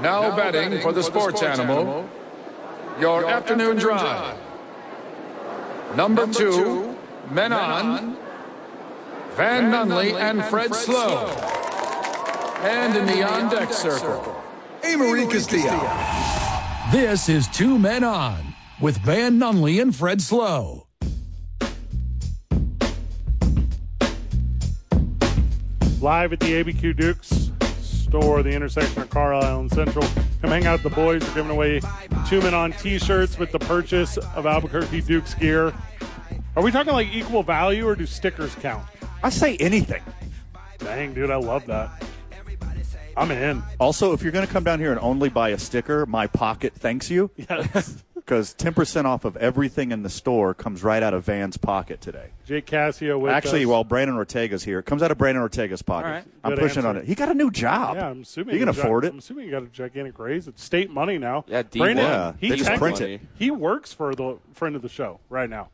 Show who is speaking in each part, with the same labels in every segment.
Speaker 1: Now, betting, for the sports, animal, your, afternoon, drive. Number, two, Men On, Van, Nunley, and Fred Slow. And in the on deck circle, Amory Castillo. This is Two Men On with Van Nunley and Fred Slow.
Speaker 2: live at the ABQ Dukes store, the intersection of Carlisle and Central. Come hang out with the boys. We're giving away two men on t shirts with the purchase of Albuquerque Dukes gear. Are we talking like equal value or do stickers count?
Speaker 3: I say anything.
Speaker 2: Dang, dude, I love that. I'm in.
Speaker 3: Also, if you're going to come down here and only buy a sticker, my pocket thanks you
Speaker 2: Yes.
Speaker 3: because 10% off of everything in the store comes right out of Van's pocket today.
Speaker 2: Jake Cassio with
Speaker 3: Actually,
Speaker 2: us.
Speaker 3: while Brandon Ortega's here, it comes out of Brandon Ortega's pocket.
Speaker 4: All right.
Speaker 3: I'm
Speaker 2: Good
Speaker 3: pushing
Speaker 2: answer.
Speaker 3: on it. He got a new job.
Speaker 2: Yeah, I'm assuming
Speaker 3: he can
Speaker 2: you got-
Speaker 3: afford it.
Speaker 2: I'm assuming you got a gigantic raise. It's state money now.
Speaker 4: Yeah, D1.
Speaker 2: Brandon,
Speaker 3: Yeah,
Speaker 2: he
Speaker 3: they just print
Speaker 2: technically-
Speaker 3: it.
Speaker 2: He works for the friend of the show right now.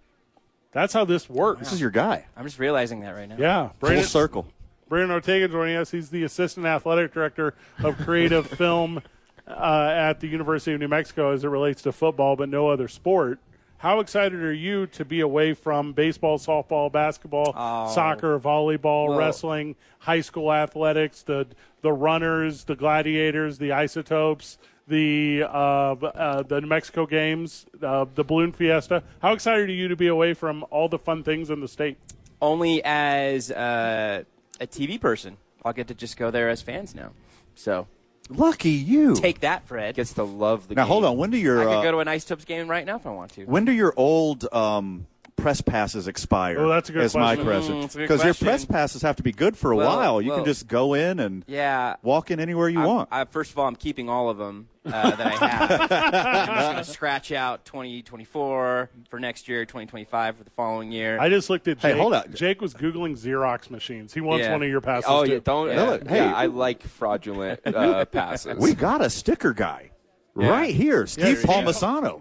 Speaker 2: That's how this works.
Speaker 3: This is your guy.
Speaker 4: I'm just realizing that right now.
Speaker 2: yeah,
Speaker 3: Full
Speaker 2: Brandon,
Speaker 3: circle.
Speaker 2: Brandon Ortega joining us. He's the assistant athletic director of creative film uh, at the University of New Mexico as it relates to football, but no other sport. How excited are you to be away from baseball, softball, basketball, soccer, volleyball,
Speaker 4: Well-
Speaker 2: wrestling, high school athletics, the the runners, the gladiators, the isotopes, the uh, uh, the New Mexico games, uh, the balloon fiesta? How excited are you to be away from all the fun things in the state?
Speaker 4: Only as uh, a TV person, I'll get to just go there as fans now. So
Speaker 3: Lucky you.
Speaker 4: take that, Fred. Gets to love the
Speaker 3: now,
Speaker 4: game.
Speaker 3: hold on. When do
Speaker 4: I
Speaker 3: your
Speaker 4: could
Speaker 3: uh,
Speaker 4: go to an Ice Tubs game right now if I want to.
Speaker 3: when do your old um, press passes expire?
Speaker 2: Oh, that's a good
Speaker 3: is my
Speaker 2: question.
Speaker 4: Mm,
Speaker 3: question.
Speaker 4: it's a good
Speaker 3: Because your
Speaker 4: question.
Speaker 3: press passes have to be good for a
Speaker 4: Well,
Speaker 3: while. You
Speaker 4: well-
Speaker 3: can just go in and
Speaker 4: yeah.
Speaker 3: walk in anywhere you
Speaker 4: I'm-
Speaker 3: want.
Speaker 4: I, first of all, I'm keeping all of them uh, that I have. I'm just going to scratch out 2024 for next year, 2025 for the following year.
Speaker 2: I just looked at
Speaker 3: Hey,
Speaker 2: Jake.
Speaker 3: hold up.
Speaker 2: Jake was Googling Xerox machines. He wants
Speaker 4: Yeah.
Speaker 2: one of your passes.
Speaker 5: Oh
Speaker 2: too.
Speaker 5: yeah, don't.
Speaker 4: Yeah.
Speaker 5: Yeah,
Speaker 3: Hey.
Speaker 5: I like fraudulent uh, passes.
Speaker 3: we got a sticker guy right here, Steve
Speaker 4: there you go.
Speaker 3: Palmisano.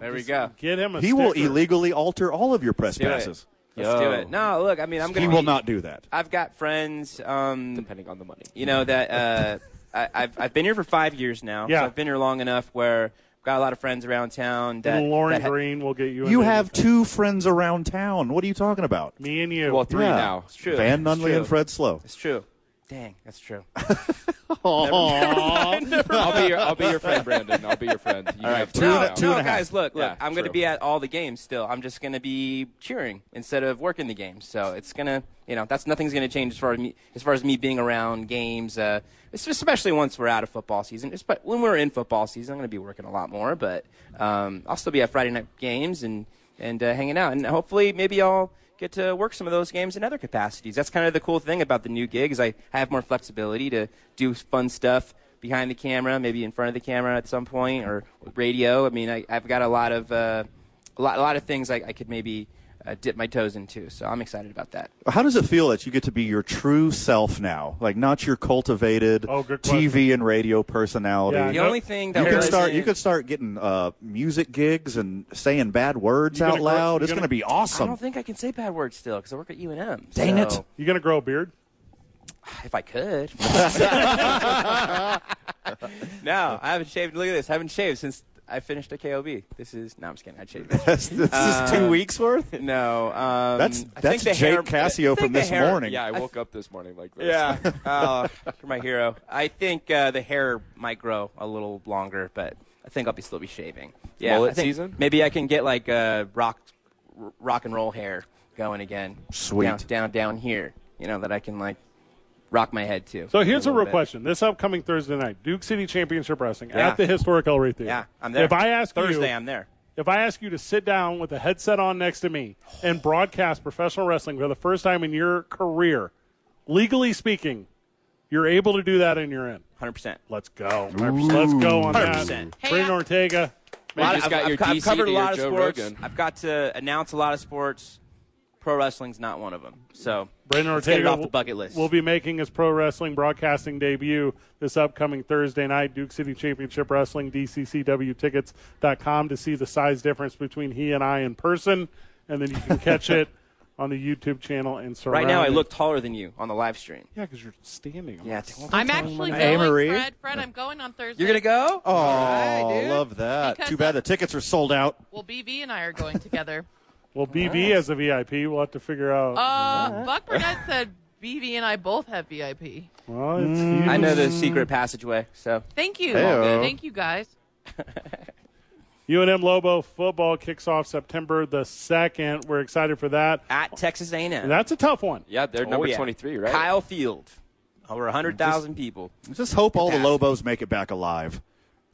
Speaker 4: there we go.
Speaker 2: Get him a
Speaker 3: He will
Speaker 2: sticker.
Speaker 3: illegally alter all of your press
Speaker 4: do it.
Speaker 3: passes.
Speaker 4: Let's
Speaker 5: Yo.
Speaker 4: do it. No, look, I mean, I'm going
Speaker 3: He
Speaker 4: to
Speaker 3: will not do that.
Speaker 4: I've got friends, um,
Speaker 5: depending on the money.
Speaker 4: you know, that uh, I, I've, I've been here for five years now.
Speaker 2: Yeah.
Speaker 4: So I've been here long enough where I've got a lot of friends around town. That,
Speaker 2: Lauren
Speaker 4: that ha-
Speaker 2: Green will get you.
Speaker 3: You
Speaker 2: into
Speaker 3: have
Speaker 2: anything.
Speaker 3: two friends around town. What are you talking about?
Speaker 2: me and you.
Speaker 5: Well, three
Speaker 3: Yeah.
Speaker 5: now.
Speaker 4: It's true. It's
Speaker 3: Van Nunley
Speaker 4: true.
Speaker 3: and Fred Slow.
Speaker 4: It's true. Dang, that's true.
Speaker 5: I'll be your, I'll be your friend, Brandon. I'll be your friend. You have
Speaker 3: two
Speaker 5: three
Speaker 3: and a-
Speaker 5: now.
Speaker 3: two and
Speaker 4: no,
Speaker 3: a half.
Speaker 4: guys, look, look.
Speaker 5: Yeah,
Speaker 4: I'm going to
Speaker 5: true.
Speaker 4: be at all the games still. I'm just going to be cheering instead of working the games. So it's going to, you know, that's nothing's going to change as far as me, as far as me being around games. Uh, it's especially once we're out of football season. It's- But when we're in football season, I'm going to be working a lot more. But um, I'll still be at Friday night games and and uh, hanging out. And hopefully, maybe I'll get to work some of those games in other capacities. That's kind of the cool thing about the new gig is I have more flexibility to do fun stuff behind the camera, maybe in front of the camera at some point, or radio. I mean, I, I've got a lot of uh, a lot, a lot of things I, I could maybe uh, dip my toes into. So I'm excited about that.
Speaker 3: How does it feel that you get to be your true self now? Like not your cultivated
Speaker 2: Oh, good
Speaker 3: TV and radio personality.
Speaker 2: Yeah,
Speaker 4: The
Speaker 2: Nope.
Speaker 4: only thing that
Speaker 3: You can
Speaker 4: was-
Speaker 3: start. You could start getting uh, music gigs and saying bad words
Speaker 2: You're
Speaker 3: out
Speaker 2: gonna grow-
Speaker 3: loud.
Speaker 2: you're
Speaker 3: It's going
Speaker 2: gonna-
Speaker 3: to be
Speaker 4: I
Speaker 3: awesome.
Speaker 4: don't think I can say bad words still because I work at UNM.
Speaker 3: Dang it.
Speaker 4: so
Speaker 2: you gonna grow a beard?
Speaker 4: If I could. no, I haven't shaved. Look at this. I haven't shaved since I finished a KOB. This is no. I'm just kidding. I shaved.
Speaker 3: this is
Speaker 4: Uh,
Speaker 3: two weeks worth.
Speaker 4: No, um,
Speaker 3: That's
Speaker 4: I think
Speaker 3: that's
Speaker 4: the
Speaker 3: Jake
Speaker 4: hair- I
Speaker 3: Cassio
Speaker 4: think
Speaker 3: from
Speaker 4: the
Speaker 3: this
Speaker 4: hair-
Speaker 3: morning.
Speaker 5: Yeah, I woke up this morning like this.
Speaker 4: Yeah, oh, you're my hero. I think uh, the hair might grow a little longer, but I think I'll be still be shaving. Yeah,
Speaker 5: Mullet
Speaker 4: I think
Speaker 5: season?
Speaker 4: Maybe I can get like uh, rock, r- rock and roll hair going again.
Speaker 3: Sweet.
Speaker 4: down, down, down here. You know that I can like rock my head to.
Speaker 2: So here's a,
Speaker 4: little
Speaker 2: real
Speaker 4: bit.
Speaker 2: question. This upcoming Thursday night, Duke City Championship Wrestling
Speaker 4: Yeah.
Speaker 2: at the historic El Rey Theater.
Speaker 4: Yeah, I'm there.
Speaker 2: If I ask
Speaker 4: Thursday,
Speaker 2: you,
Speaker 4: I'm there.
Speaker 2: if I ask you to sit down with a headset on next to me and broadcast professional wrestling for the first time in your career, legally speaking, you're able to do that and you're in.
Speaker 4: 100. percent
Speaker 2: Let's go. Let's go on that.
Speaker 4: 100%.
Speaker 2: Bring Ortega.
Speaker 5: Man, you just got
Speaker 4: I've,
Speaker 5: your
Speaker 4: co- I've
Speaker 5: DC
Speaker 4: covered
Speaker 5: to
Speaker 4: a
Speaker 5: your
Speaker 4: lot of
Speaker 5: Joe
Speaker 4: sports.
Speaker 5: Rogan.
Speaker 4: I've got to announce a lot of sports. Pro wrestling's not one of them. So
Speaker 2: Brandon
Speaker 4: let's
Speaker 2: Ortega
Speaker 4: get it off the
Speaker 2: will-
Speaker 4: bucket list.
Speaker 2: will be making his pro wrestling broadcasting debut this upcoming Thursday night. Duke City Championship Wrestling, DCCWtickets.com to see the size difference between he and I in person, and then you can catch it on the YouTube channel and surround
Speaker 4: right now, I
Speaker 2: it.
Speaker 4: look taller than you on the live stream.
Speaker 2: Yeah, because you're standing. on
Speaker 4: Yeah,
Speaker 2: this.
Speaker 4: t-
Speaker 6: I'm actually
Speaker 3: Hey,
Speaker 6: feeling
Speaker 3: Marie.
Speaker 6: Fred Fred, I'm going on Thursday.
Speaker 4: You're gonna go?
Speaker 3: Oh,
Speaker 4: All right, dude.
Speaker 3: love that.
Speaker 6: Because
Speaker 3: Too bad the tickets are sold out.
Speaker 6: Well, BB and I are going together.
Speaker 2: Well, BB as a VIP, we'll have to figure out.
Speaker 6: Uh, Buck Burnett said BB and I both have VIP.
Speaker 2: well, it's huge.
Speaker 4: I know the secret passageway. So
Speaker 6: Thank you.
Speaker 3: Heyo.
Speaker 6: Thank you guys.
Speaker 2: UNM Lobo football kicks off September the second. We're excited for that.
Speaker 4: at Texas A&M.
Speaker 2: And that's a tough one.
Speaker 5: Yeah, they're
Speaker 4: Oh,
Speaker 5: number
Speaker 4: yeah.
Speaker 5: 23, right?
Speaker 4: Kyle Field. Over 100,000 people.
Speaker 3: Just hope all the
Speaker 4: Fantastic.
Speaker 3: Lobos make it back alive.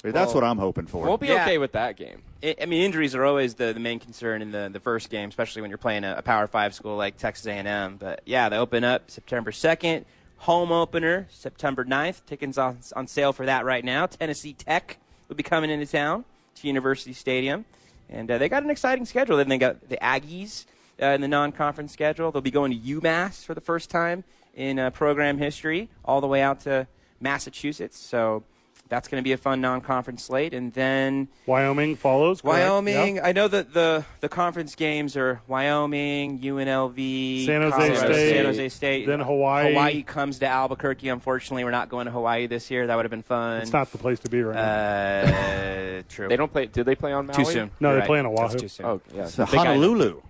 Speaker 3: That's
Speaker 4: Well,
Speaker 3: what I'm hoping for.
Speaker 5: We'll be
Speaker 4: Yeah.
Speaker 5: okay with that game.
Speaker 4: I I mean, injuries are always the, the main concern in the, the first game, especially when you're playing a, a Power 5 school like Texas A&M. But, yeah, they open up September 2nd. Home opener, September 9th. Tickets on, on sale for that right now. Tennessee Tech will be coming into town to University Stadium. And uh, they got an exciting schedule. Then they got the Aggies uh, in the non-conference schedule. They'll be going to UMass for the first time in uh, program history, all the way out to Massachusetts. So that's going to be a fun non-conference slate. And then
Speaker 2: Wyoming follows. correct?
Speaker 4: Wyoming.
Speaker 2: Yeah.
Speaker 4: I know that the the conference games are Wyoming, UNLV,
Speaker 2: San Jose
Speaker 4: Colorado,
Speaker 5: State,
Speaker 4: San Jose State,
Speaker 2: then Hawaii.
Speaker 4: Hawaii comes to Albuquerque. Unfortunately, we're not going to Hawaii this year. That would have been fun.
Speaker 2: It's not the place to be right now.
Speaker 4: uh, true.
Speaker 5: They don't play. Do they play on Maui?
Speaker 4: too soon.
Speaker 2: No,
Speaker 4: You're
Speaker 2: they
Speaker 4: right.
Speaker 2: play in Oahu.
Speaker 4: That's too soon.
Speaker 5: Oh, yeah.
Speaker 3: So
Speaker 5: Big Island.
Speaker 3: Honolulu.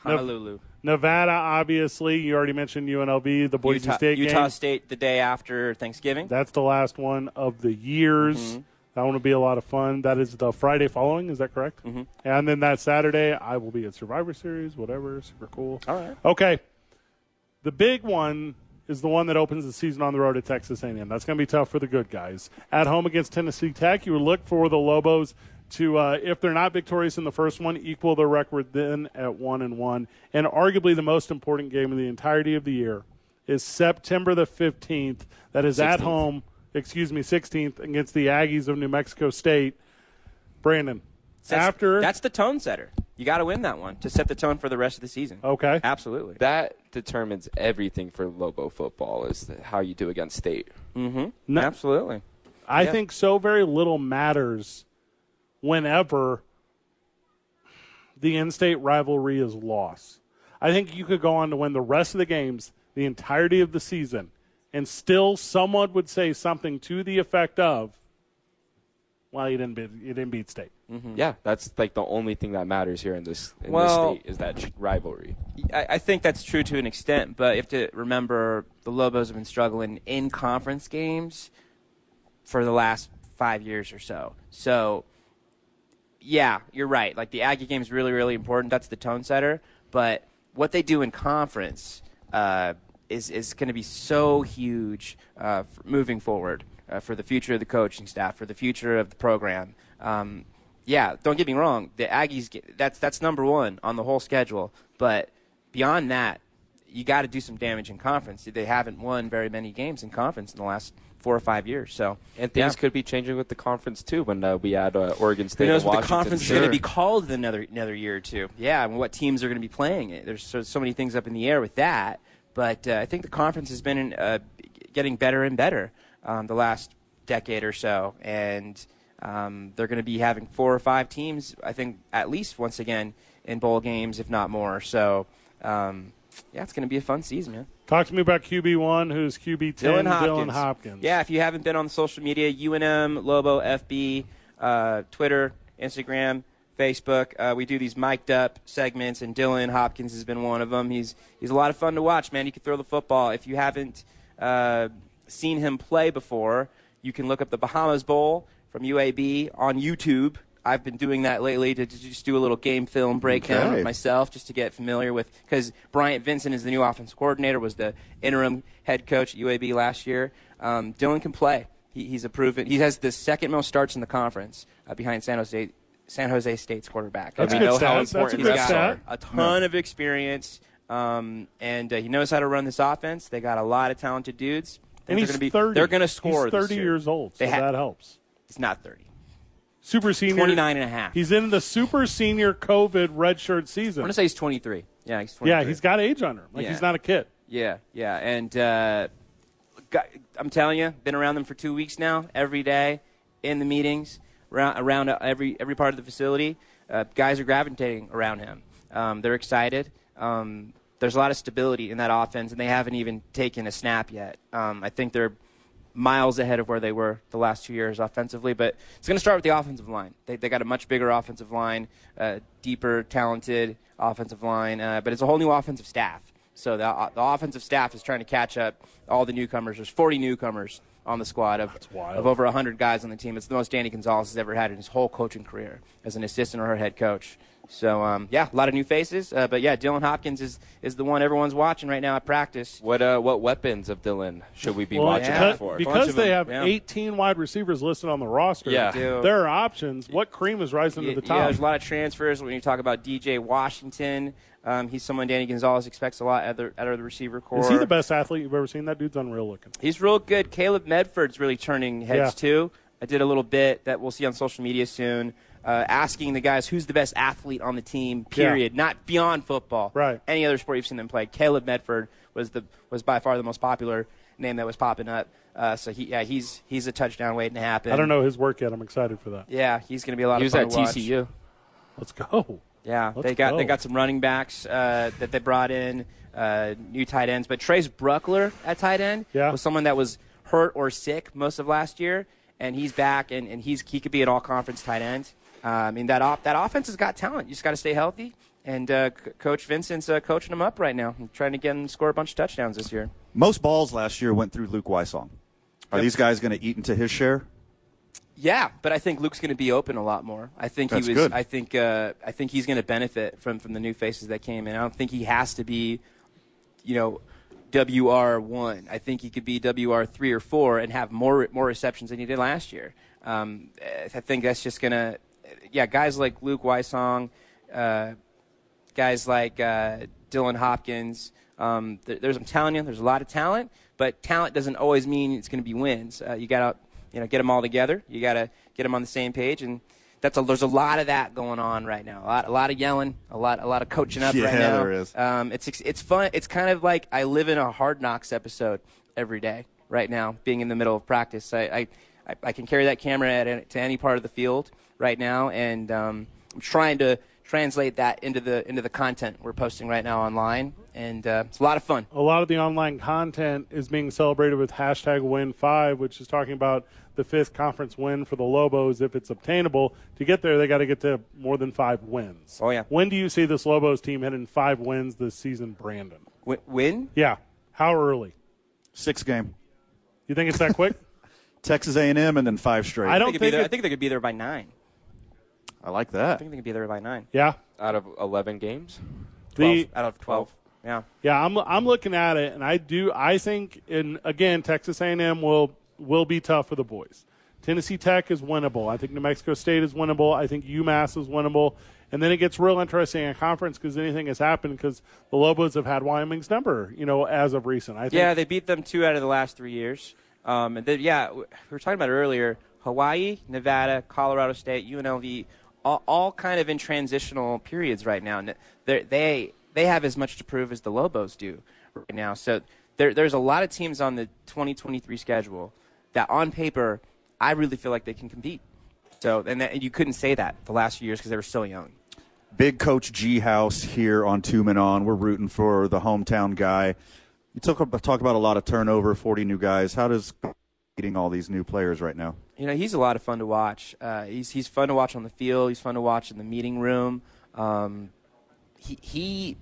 Speaker 4: Honolulu,
Speaker 2: Nevada, obviously. You already mentioned UNLV, the Boise
Speaker 4: Utah,
Speaker 2: State
Speaker 4: Utah
Speaker 2: game.
Speaker 4: State, the day after Thanksgiving.
Speaker 2: That's the last one of the years.
Speaker 4: Mm-hmm.
Speaker 2: That one will be a lot of fun. That is the Friday following. Is that correct? Mm-hmm. And then that Saturday, I will be at Survivor Series, whatever. Super cool.
Speaker 4: All right.
Speaker 2: Okay. The big one is the one that opens the season on the road at Texas A&M. That's going to be tough for the good guys. At home against Tennessee Tech, you would look for the Lobos to, uh, if they're not victorious in the first one, equal their record then at one and one. And arguably the most important game of the entirety of the year is September the fifteenth. That is at
Speaker 4: 16th.
Speaker 2: home. Excuse me, sixteenth against the Aggies of New Mexico State. Brandon,
Speaker 4: That's-
Speaker 2: after
Speaker 4: that's the tone setter. You got to win that one to set the tone for the rest of the season.
Speaker 2: okay,
Speaker 4: Absolutely.
Speaker 5: That determines everything for Lobo football is th- how you do against state.
Speaker 2: No-
Speaker 4: Absolutely.
Speaker 2: I think so very little matters whenever the in state rivalry is lost. I think you could go on to win the rest of the games, the entirety of the season, and still someone would say something to the effect of, well, you didn't beat, you didn't beat state.
Speaker 5: Yeah, that's like the only thing that matters here in this in
Speaker 4: Mm-hmm. Well-
Speaker 5: this state is that ch- rivalry.
Speaker 4: I, I think that's true to an extent, but you have to remember the Lobos have been struggling in conference games for the last five years or so. So, yeah, you're right. Like the Aggie game is really, really important. That's the tone setter. But what they do in conference uh, is is going to be so huge uh, for moving forward uh, for the future of the coaching staff, for the future of the program. Um, yeah, don't get me wrong. The Aggies get, that's that's number one on the whole schedule. But beyond that, you got to do some damage in conference. They haven't won very many games in conference in the last four or five years. So
Speaker 5: And things
Speaker 4: yeah.
Speaker 5: could be changing with the conference too when uh, we add uh, Oregon State
Speaker 4: Who knows
Speaker 5: and
Speaker 4: what
Speaker 5: Washington.
Speaker 4: the conference is
Speaker 5: State.
Speaker 4: going to be called in another another year or two? Yeah, and what teams are going to be playing it? There's so, so many things up in the air with that. But uh, I think the conference has been uh, getting better and better um, the last decade or so, and um, they're going to be having four or five teams. I think at least once again in bowl games, if not more. So um, yeah, it's going to be a fun season, man.
Speaker 2: Talk to me about QB one, who's QB ten,
Speaker 4: Dylan Hopkins.
Speaker 2: Hopkins.
Speaker 4: Yeah, if you haven't been on the social media, UNM, Lobo, FB, uh, Twitter, Instagram, Facebook, uh, we do these mic'd up segments, and Dylan Hopkins has been one of them. He's, he's a lot of fun to watch, man. He can throw the football. If you haven't uh, seen him play before, you can look up the Bahamas Bowl from UAB on YouTube. I've been doing that lately to to just do a little game film breakdown
Speaker 3: Okay.
Speaker 4: of my myself just to get familiar with because Bryant Vincent is the new offensive coordinator, was the interim head coach at UAB last year. Um, Dylan can play. He, he's a proven. He has the second most starts in the conference uh, behind San Jose San Jose State's quarterback.
Speaker 2: That's a
Speaker 5: We
Speaker 2: good
Speaker 5: know how
Speaker 2: stat. That's a
Speaker 5: important
Speaker 2: good
Speaker 5: reps
Speaker 2: stat.
Speaker 5: are.
Speaker 4: A ton of experience, um, and uh, he knows how to run this offense. They got a lot of talented dudes. I think
Speaker 2: and
Speaker 4: they're
Speaker 2: he's
Speaker 4: gonna be,
Speaker 2: thirty.
Speaker 4: They're going to score.
Speaker 2: He's
Speaker 4: this
Speaker 2: thirty
Speaker 4: year.
Speaker 2: years old, so
Speaker 4: They ha-
Speaker 2: that helps.
Speaker 4: He's not thirty.
Speaker 2: Super senior,
Speaker 4: 29 and a half.
Speaker 2: He's in the super senior COVID redshirt
Speaker 4: I'm
Speaker 2: season.
Speaker 4: going to say he's 23. Yeah, he's 23.
Speaker 2: Yeah, he's got age on him. Like
Speaker 4: Yeah.
Speaker 2: he's not a kid.
Speaker 4: Yeah, yeah, and uh, got, I'm telling you, been around them for two weeks now. Every day, in the meetings, around, around uh, every every part of the facility, uh, guys are gravitating around him. Um, they're excited. Um, there's a lot of stability in that offense, and they haven't even taken a snap yet. Um, I think they're miles ahead of where they were the last two years offensively. But it's going to start with the offensive line. They, they got a much bigger offensive line, uh, deeper, talented offensive line, uh, but it's a whole new offensive staff. So the, uh, the offensive staff is trying to catch up all the newcomers. There's 40 newcomers on the squad of, of over 100 guys on the team. It's the most Danny Gonzalez has ever had in his whole coaching career as an assistant or her head coach. So um, yeah, a lot of new faces, uh, but yeah, Dylan Hopkins is is the one everyone's watching right now at practice.
Speaker 5: What uh, what weapons of Dylan should we be
Speaker 2: Well,
Speaker 5: watching
Speaker 4: yeah.
Speaker 2: because,
Speaker 5: out for?
Speaker 2: because
Speaker 4: of
Speaker 2: they
Speaker 4: them,
Speaker 2: have
Speaker 4: yeah.
Speaker 2: 18 wide receivers listed on the roster.
Speaker 5: Yeah. They
Speaker 4: do.
Speaker 2: there are options. What cream is rising to the
Speaker 4: Yeah,
Speaker 2: top?
Speaker 4: there's a lot of transfers. When you talk about DJ Washington, um, he's someone Danny Gonzalez expects a lot at the, at the receiver core.
Speaker 2: is he the best athlete you've ever seen? That dude's unreal looking.
Speaker 4: He's real good. Caleb Medford's really turning heads
Speaker 2: Yeah.
Speaker 4: too. I did a little bit that we'll see on social media soon, uh, asking the guys who's the best athlete on the team. Period. Not beyond football.
Speaker 2: Right.
Speaker 4: Any other sport you've seen them play. Caleb Medford was the was by far the most popular name that was popping up. Uh, so he yeah he's he's a touchdown waiting to happen.
Speaker 2: I don't know his work yet. I'm excited for that.
Speaker 4: Yeah, he's going to be a lot
Speaker 5: he
Speaker 4: of
Speaker 5: was
Speaker 4: fun
Speaker 5: at
Speaker 4: to watch.
Speaker 5: TCU.
Speaker 2: Let's go.
Speaker 4: Yeah,
Speaker 2: Let's
Speaker 4: they got they
Speaker 2: go.
Speaker 4: got some running backs uh, that they brought in, uh, new tight ends. But Trace Bruckler at tight end
Speaker 2: Yeah.
Speaker 4: was someone that was hurt or sick most of last year, and he's back and, and he's he could be an all conference tight end. Uh, I mean that op- that offense has got talent. You just got to stay healthy. And uh, C- Coach Vincent's uh, coaching them up right now, and trying to get them to score a bunch of touchdowns this year.
Speaker 3: Most balls last year went through Luke Wysong. Are these guys going to eat into his share?
Speaker 4: Yeah, but I think Luke's going to be open a lot more. I think
Speaker 3: That's
Speaker 4: he was.
Speaker 3: good.
Speaker 4: I think. Uh, I think he's going to benefit from from the new faces that came in. I don't think he has to be, you know, WR one. I think he could be WR three or four and have more more receptions than he did last year. Um, I think that's just going to. Yeah, guys like Luke Wysong, uh, guys like uh, Dylan Hopkins. Um, there, there's, I'm telling you, there's a lot of talent, but talent doesn't always mean it's going to be wins. Uh, you got to, you know, get them all together. You got to get them on the same page, and that's a, there's a lot of that going on right now. A lot, a lot of yelling, a lot, a lot of coaching up
Speaker 3: Yeah,
Speaker 4: right now.
Speaker 3: there is.
Speaker 4: Um, it's ex- it's fun. It's kind of like I live in a Hard Knocks episode every day right now, being in the middle of practice. I I, I, I can carry that camera at, any- to any part of the field right now, and um, I'm trying to translate that into the into the content we're posting right now online, and uh, it's a lot of fun.
Speaker 2: a lot of the online content is being celebrated with hashtag win five, which is talking about the fifth conference win for the Lobos if it's obtainable. To get there, they got to get to more than five wins.
Speaker 4: Oh, yeah.
Speaker 2: When do you see this Lobos team hitting five wins this season, Brandon?
Speaker 4: Win, win?
Speaker 2: Yeah. How early?
Speaker 3: Six game.
Speaker 2: You think it's that quick?
Speaker 3: Texas A&M and then five straight.
Speaker 2: I
Speaker 4: I
Speaker 2: don't
Speaker 4: think,
Speaker 2: think.
Speaker 4: there,
Speaker 2: it-
Speaker 4: I think they could be there by nine.
Speaker 3: I like
Speaker 4: I
Speaker 3: that.
Speaker 4: think they could be there by nine.
Speaker 2: yeah.
Speaker 5: Out of 11 games?
Speaker 2: The-
Speaker 4: 12 out of twelve. Yeah.
Speaker 2: Yeah, I'm I'm looking at it, and I do I think, and again, Texas A&M will will be tough for the boys. Tennessee Tech is winnable. I think New Mexico State is winnable. I think UMass is winnable, and then it gets real interesting in conference because anything has happened because the Lobos have had Wyoming's number, you know, as of recent. I think
Speaker 4: Yeah, they beat them two out of the last three years. Um, and then, yeah, we we were talking about it earlier. Hawaii, Nevada, Colorado State, UNLV, all, all kind of in transitional periods right now. And they're- They they have as much to prove as the Lobos do right now. So there, there's a lot of teams on the 2023 schedule that, on paper, I really feel like they can compete. So and, that, and you couldn't say that the last few years because they were so young.
Speaker 3: Big Coach G House here on Two Men On. We're rooting for the hometown guy. You talk about, talk about a lot of turnover, 40 new guys. How does getting all these new players right now?
Speaker 4: You know, he's a lot of fun to watch. Uh, he's he's fun to watch on the field. He's fun to watch in the meeting room. Um, he he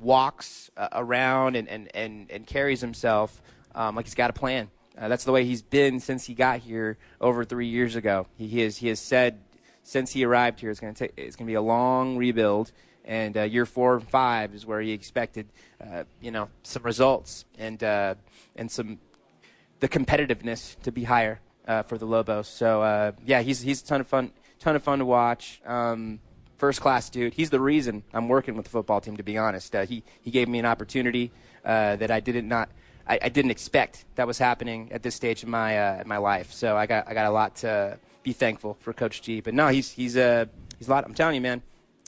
Speaker 4: walks uh, around and, and, and, and carries himself um, like he's got a plan. Uh, that's the way he's been since he got here over three years ago. He, he has he has said since he arrived here, it's going to it's going to be a long rebuild, and uh, year four and five is where he expected uh, you know some results and uh, and some the competitiveness to be higher uh, for the Lobos. So uh, yeah, he's he's a ton of fun, ton of fun to watch. Um, first class dude. He's the reason I'm working with the football team. To be honest, uh, he he gave me an opportunity uh, that I didn't not. I, I didn't expect that was happening at this stage in my uh, in my life, so I got I got a lot to be thankful for Coach G. But no, he's he's uh, he's a lot. I'm telling you, man,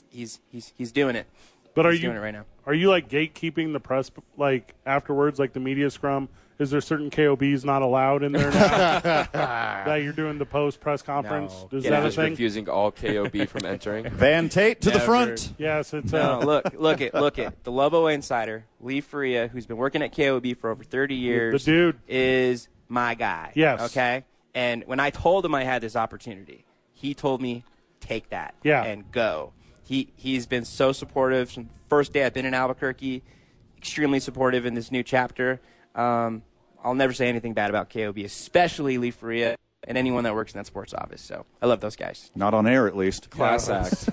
Speaker 4: he's he's he's doing it.
Speaker 2: But are
Speaker 4: he's
Speaker 2: you
Speaker 4: doing it right now?
Speaker 2: Are you like gatekeeping the press like afterwards, like the media scrum? Is there certain KOBs not allowed in there now that you're doing the post press conference?
Speaker 4: No.
Speaker 2: Is
Speaker 4: Get
Speaker 2: that
Speaker 4: out.
Speaker 2: a
Speaker 5: Just
Speaker 2: thing?
Speaker 5: refusing all KOB from entering.
Speaker 3: Van Tate to the
Speaker 4: Never.
Speaker 3: front.
Speaker 2: Yes, it's
Speaker 4: No,
Speaker 2: uh,
Speaker 4: look, look it, look it. The Lobo insider, Lee Faria, who's been working at KOB for over 30 years,
Speaker 2: The dude.
Speaker 4: is my guy.
Speaker 2: Yes.
Speaker 4: Okay. And when I told him I had this opportunity, he told me, take that.
Speaker 2: Yeah.
Speaker 4: And go. He he's been so supportive from the first day I've been in Albuquerque, extremely supportive in this new chapter. Um, I'll never say anything bad about KOB, especially Lee Faria and anyone that works in that sports office. So I love those guys.
Speaker 3: Not on air, at least.
Speaker 5: Class act.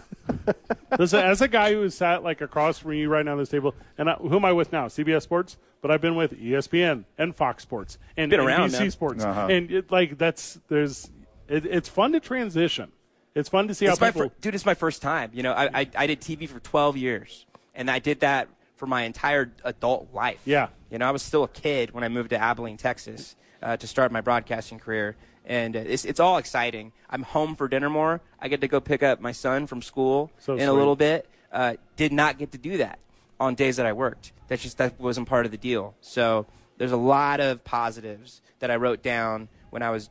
Speaker 2: Listen, as a guy who is sat like across from you right now at this table, and I, who am I with now? CBS Sports, but I've been with E ESPN and Fox Sports and
Speaker 4: Been around,
Speaker 2: NBC
Speaker 4: man.
Speaker 2: Sports,
Speaker 3: Uh-huh.
Speaker 2: and it, like that's there's it, it's fun to transition. It's fun to see
Speaker 4: It's
Speaker 2: how
Speaker 4: my
Speaker 2: people.
Speaker 4: fir- dude, it's my first time. You know, I, I I did TV for 12 years, and I did that for my entire adult life.
Speaker 2: Yeah.
Speaker 4: You know, I was still a kid when I moved to Abilene, Texas, uh, to start my broadcasting career, and uh, it's it's all exciting. I'm home for dinner more. I get to go pick up my son from school
Speaker 2: So
Speaker 4: in
Speaker 2: sweet.
Speaker 4: a little bit. Uh, did not get to do that on days that I worked. That's just that wasn't part of the deal. So there's a lot of positives that I wrote down when I was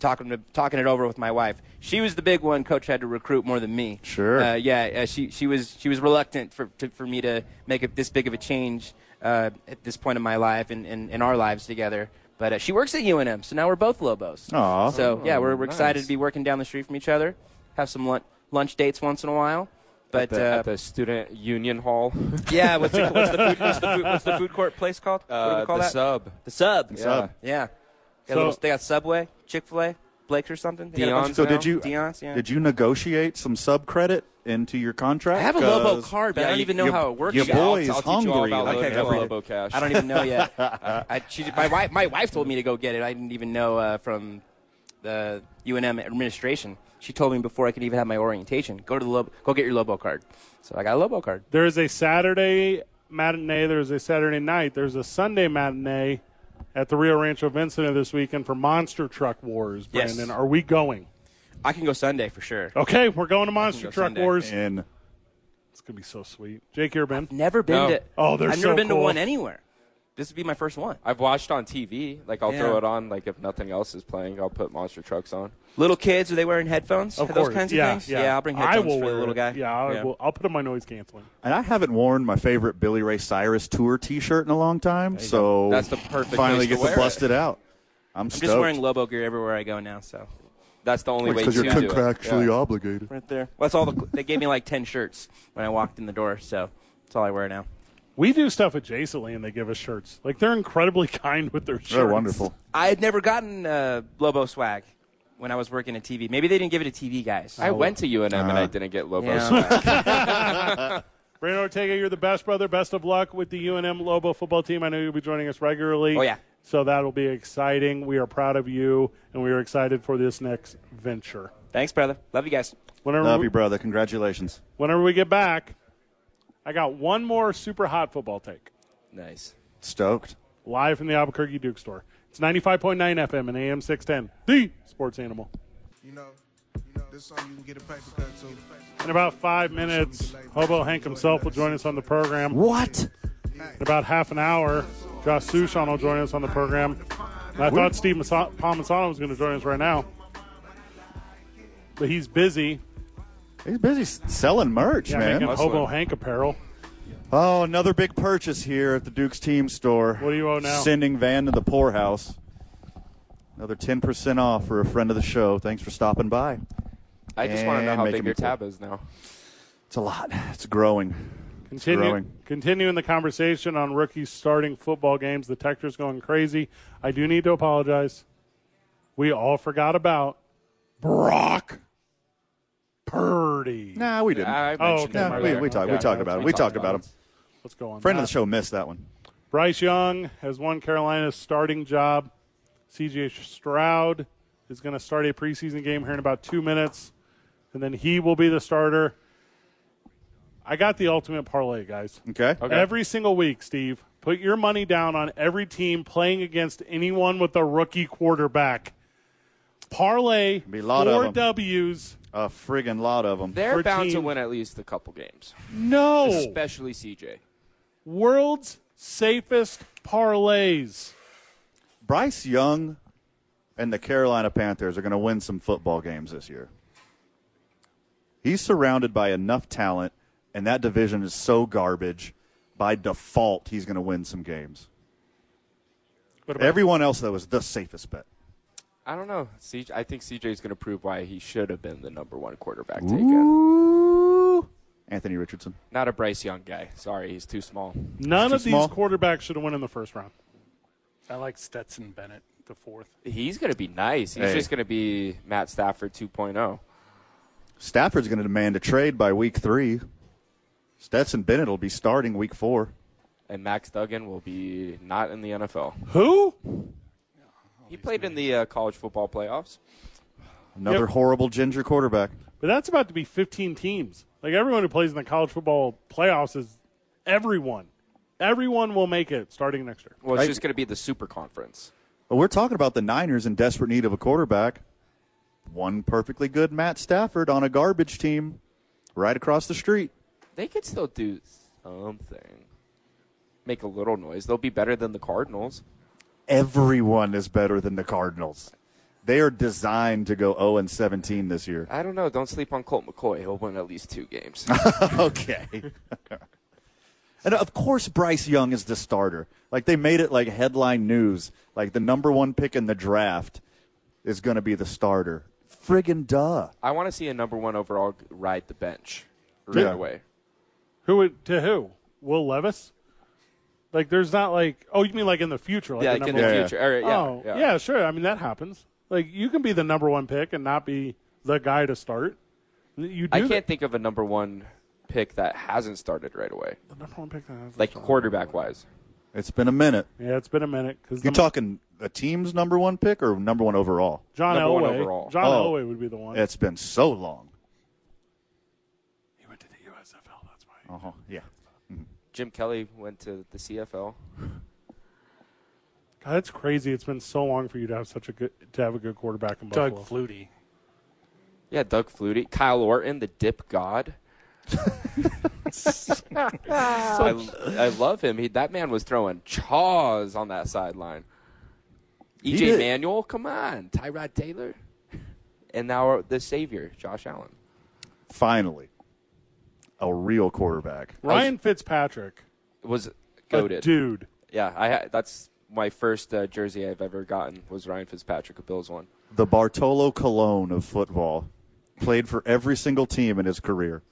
Speaker 4: talking to, talking it over with my wife. She was the big one. Coach had to recruit more than me.
Speaker 3: Sure.
Speaker 4: Uh, yeah. Uh, she she was she was reluctant for to, for me to make a, this big of a change uh, at this point in my life and in, in our lives together. But uh, she works at UNM, so now we're both Lobos.
Speaker 3: Aw.
Speaker 4: So yeah, we're, we're excited
Speaker 5: nice.
Speaker 4: to be working down the street from each other, have some lunch lunch dates once in a while. But
Speaker 5: the,
Speaker 4: uh,
Speaker 5: at the student union hall.
Speaker 4: yeah, what's the, what's, the food, what's, the food, what's the food court place called? what do
Speaker 5: Uh,
Speaker 4: we call
Speaker 5: the
Speaker 4: that?
Speaker 5: sub.
Speaker 4: The sub.
Speaker 5: Sub.
Speaker 4: Yeah. Got a
Speaker 2: So-
Speaker 4: little- they got Subway, Chick Fil A, Blake's or something. They got a bunch
Speaker 5: Dion's
Speaker 4: of-
Speaker 3: So did you
Speaker 4: Dion's, yeah.
Speaker 3: did you negotiate some sub credit into your contract?
Speaker 4: I have a Lobo
Speaker 3: 'Cause-
Speaker 4: card, but I
Speaker 5: Yeah,
Speaker 4: don't
Speaker 5: you-
Speaker 4: even know
Speaker 3: your-
Speaker 4: how it works.
Speaker 3: your
Speaker 4: yet.
Speaker 3: boy
Speaker 5: I'll,
Speaker 3: is
Speaker 5: I'll Teach you all
Speaker 3: hungry.
Speaker 5: about
Speaker 3: Like,
Speaker 5: Lobo,
Speaker 4: I read it.
Speaker 5: Lobo Cash.
Speaker 4: I don't even know yet. I, she, my wife, my wife told me to go get it. I didn't even know uh, from the UNM administration. She told me before I could even have my orientation, go to the Lobo, go get your Lobo card. So I got a Lobo card.
Speaker 2: There is a Saturday matinee. There is a Saturday night. There's a Sunday matinee at the Rio Rancho Vincent this weekend for Monster Truck Wars.
Speaker 4: Yes.
Speaker 2: Brandon, are we going?
Speaker 4: I can go Sunday for sure.
Speaker 2: Okay, we're going to Monster
Speaker 4: go
Speaker 2: Truck
Speaker 4: Sunday.
Speaker 2: Wars.
Speaker 3: in
Speaker 2: It's gonna be so sweet. Jake here, Ben.
Speaker 4: Never been
Speaker 5: No.
Speaker 4: to.
Speaker 2: Oh, they're
Speaker 4: I've
Speaker 2: so
Speaker 4: never been
Speaker 2: cool.
Speaker 4: to one anywhere. This would be my first one.
Speaker 5: I've watched on TV. Like I'll
Speaker 4: Yeah.
Speaker 5: throw it on. Like if nothing else is playing, I'll put Monster Trucks on.
Speaker 4: Little kids, are they wearing headphones?
Speaker 2: Of
Speaker 4: Are
Speaker 2: course.
Speaker 4: Those kinds
Speaker 2: yeah,
Speaker 4: of things.
Speaker 2: Yeah.
Speaker 4: I'll bring
Speaker 2: I
Speaker 4: headphones
Speaker 2: will
Speaker 4: for
Speaker 2: wear
Speaker 4: the little
Speaker 2: it.
Speaker 4: guy.
Speaker 2: Yeah, I Will, I'll put them on my noise canceling.
Speaker 3: And I haven't worn my favorite Billy Ray Cyrus tour T-shirt in a long time, so
Speaker 5: That's the perfect
Speaker 3: finally
Speaker 5: place to
Speaker 3: get
Speaker 5: wear it.
Speaker 3: bust it out. I'm,
Speaker 4: I'm just wearing Lobo gear everywhere I go now. So
Speaker 5: That's the only way to
Speaker 3: because you're
Speaker 5: do it.
Speaker 3: contractually
Speaker 5: Yeah.
Speaker 3: obligated.
Speaker 4: right there. Well, that's all. The, they gave me like ten shirts when I walked in the door, so that's all I wear now.
Speaker 2: We do stuff adjacently, and they give us shirts. Like they're incredibly kind with their shirts.
Speaker 3: They're wonderful.
Speaker 4: I had never gotten uh, Lobo swag when I was working at TV. Maybe they didn't give it to TV guys.
Speaker 5: I went to UNM and I
Speaker 3: Uh-huh.
Speaker 5: didn't get Lobo.
Speaker 4: Yeah.
Speaker 5: swag.
Speaker 2: Brandon Ortega, you're the best brother. Best of luck with the UNM Lobo football team. I know you'll be joining us regularly.
Speaker 4: Oh, yeah.
Speaker 2: So that'll be exciting. We are proud of you, and we are excited for this next venture.
Speaker 4: Thanks, brother. Love you guys.
Speaker 2: Whenever
Speaker 3: Love
Speaker 2: we-
Speaker 3: you, brother. Congratulations.
Speaker 2: whenever we get back, I got one more super hot football take.
Speaker 5: nice.
Speaker 3: Stoked.
Speaker 2: live from the Albuquerque Duke store. It's 95.9 FM and AM 610, the sports animal.
Speaker 7: You know, you know, this song you can get a paper cut to.
Speaker 2: In about five minutes, Hobo Hank himself will join us on the program. What? In about half an hour, Josh Sushan will join us on the program. And I thought Steve Masa- Palmisano was going to join us right now, but he's busy.
Speaker 3: He's busy s- selling merch,
Speaker 2: Yeah,
Speaker 3: man.
Speaker 2: making
Speaker 5: Hustling.
Speaker 2: Hobo Hank apparel.
Speaker 3: Oh, another big purchase here at the Duke's team store.
Speaker 2: What do you owe now?
Speaker 3: Sending Van to the poorhouse. Another 10% off for a friend of the show. Thanks for stopping by.
Speaker 5: I just want to know
Speaker 3: And
Speaker 5: how
Speaker 3: making
Speaker 5: big
Speaker 3: me
Speaker 5: your tab is now.
Speaker 3: It's a lot. It's growing.
Speaker 2: Continue,
Speaker 3: growing.
Speaker 2: continuing the conversation on rookies starting football games. The Tector's going crazy. I do need to apologize. We all forgot about Brock Purdy.
Speaker 3: Nah, we didn't.
Speaker 5: I
Speaker 2: Oh,
Speaker 5: mentioned
Speaker 2: okay.
Speaker 5: him
Speaker 2: Yeah,
Speaker 3: Nah, we,
Speaker 5: earlier.
Speaker 3: we, talked, we
Speaker 5: Yeah.
Speaker 3: talked about it. We talked about him.
Speaker 2: Let's go on.
Speaker 3: Friend of
Speaker 2: that.
Speaker 3: the show missed that one.
Speaker 2: Bryce Young has won Carolina's starting job. CJ Stroud is going to start a preseason game here in about two minutes, and then he will be the starter. I got the ultimate parlay, guys.
Speaker 3: Okay?
Speaker 5: Okay.
Speaker 2: Every single week, Steve, put your money down on every team playing against anyone with a rookie quarterback. Parlay
Speaker 3: Be a lot of
Speaker 2: four
Speaker 3: them.
Speaker 2: W's.
Speaker 3: A friggin' lot of them.
Speaker 5: They're
Speaker 2: For
Speaker 5: bound to
Speaker 2: team-
Speaker 5: win at least a couple games,
Speaker 2: No.
Speaker 5: especially CJ.
Speaker 2: World's safest parlays.
Speaker 3: Bryce Young and the Carolina Panthers are going to win some football games this year. He's surrounded by enough talent, and that division is so garbage. By default, he's going to win some games.
Speaker 2: What about
Speaker 3: Everyone else though is the safest bet.
Speaker 5: I don't know. CJ, I think CJ is going to prove why he should have been the number one quarterback taken.
Speaker 3: Anthony Richardson.
Speaker 5: Not a Bryce Young guy. Sorry, he's too small.
Speaker 2: None
Speaker 3: Too
Speaker 2: of these
Speaker 3: small.
Speaker 2: quarterbacks should have won in the first round.
Speaker 8: I like Stetson Bennett, the fourth.
Speaker 5: He's going to be nice. He's
Speaker 3: Hey.
Speaker 5: just going to be Matt Stafford oh. 2.0.
Speaker 3: Stafford's going to demand a trade by week three. Stetson Bennett will be starting week four.
Speaker 5: And Max Duggan will be not in the NFL.
Speaker 2: Who?
Speaker 5: He played in the uh, college football playoffs.
Speaker 3: Another
Speaker 2: Yep.
Speaker 3: horrible ginger quarterback.
Speaker 2: But that's about to be 15 teams. Like everyone who plays in the college football playoffs is everyone. Everyone will make it starting next year.
Speaker 5: Well, it's
Speaker 3: I-
Speaker 5: just going to be the super conference.
Speaker 3: But we're talking about the Niners in desperate need of a quarterback. One perfectly good Matt Stafford on a garbage team right across the street.
Speaker 5: They could still do something. Make a little noise. They'll be better than the Cardinals.
Speaker 3: Everyone is better than the Cardinals. They are designed to go 0 and 17 this year.
Speaker 5: I don't know. Don't sleep on Colt McCoy. He'll win at least two games.
Speaker 3: okay. and of course, Bryce Young is the starter. Like they made it like headline news. Like the number one pick in the draft is going to be the starter. Friggin' duh.
Speaker 5: I want to see a number one overall g- ride the bench right
Speaker 3: Yeah.
Speaker 5: away.
Speaker 2: Who would, to who? Will Levis? Like there's not like oh you mean like in the future like
Speaker 5: Yeah,
Speaker 2: the
Speaker 5: like in
Speaker 2: number
Speaker 5: the
Speaker 2: one
Speaker 3: Yeah.
Speaker 5: future. Or, yeah,
Speaker 2: oh,
Speaker 5: yeah.
Speaker 2: sure. I mean, that happens. Like, you can be the number one pick and not be the guy to start. You do
Speaker 5: I can't think of a number one pick that hasn't started right away,
Speaker 2: The number one pick. that has-
Speaker 5: like quarterback wise.
Speaker 3: It's been a minute.
Speaker 2: yeah, it's been a minute because
Speaker 3: You're talking a team's number one pick or number one overall?
Speaker 2: John
Speaker 5: number one
Speaker 2: Elway.
Speaker 5: overall.
Speaker 2: John
Speaker 3: Oh.
Speaker 2: Elway would be the one.
Speaker 3: It's been so long.
Speaker 2: he went to the USFL. That's why.
Speaker 3: Uh huh. Yeah.
Speaker 5: Jim Kelly went to the CFL.
Speaker 2: God, that's crazy. It's been so long for you to have such a good to have a good quarterback in
Speaker 8: Doug
Speaker 2: Buffalo.
Speaker 8: Flutie.
Speaker 5: Yeah, Doug Flutie, Kyle Orton, the dip god. I, I love him. He, that man was throwing chaws on that sideline. EJ
Speaker 3: did.
Speaker 5: Manuel, come on, Tyrod Taylor, and now our- the savior, Josh Allen.
Speaker 3: Finally, a real quarterback.
Speaker 2: Ryan Fitzpatrick,
Speaker 5: was
Speaker 2: a
Speaker 5: goaded.
Speaker 2: dude.
Speaker 5: Yeah, I ha- that's my first uh, jersey I've ever gotten was Ryan Fitzpatrick, a Bills one.
Speaker 3: The Bartolo Colon of football played for every single team in his career.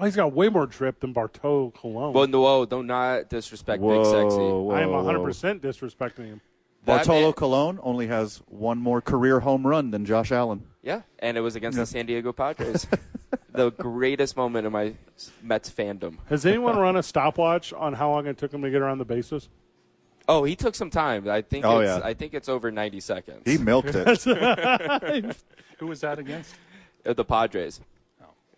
Speaker 2: Oh, he's got way more drip than Bartolo Colon.
Speaker 5: Well, no, whoa, don't not disrespect
Speaker 3: Whoa,
Speaker 5: Big Sexy.
Speaker 3: whoa,
Speaker 2: I am
Speaker 3: whoa.
Speaker 2: 100 percent disrespecting him.
Speaker 5: That
Speaker 3: Bartolo
Speaker 5: man-
Speaker 3: Colon only has one more career home run than Josh Allen.
Speaker 5: Yeah, and it was against the San Diego Padres. the greatest moment of my s- Mets fandom.
Speaker 2: Has anyone run a stopwatch on how long it took him to get around the bases?
Speaker 5: Oh, he took some time. I think.
Speaker 3: Oh,
Speaker 5: it's,
Speaker 3: yeah.
Speaker 5: I think it's over ninety seconds.
Speaker 3: He milked it.
Speaker 8: Who was that against?
Speaker 5: Uh, the Padres.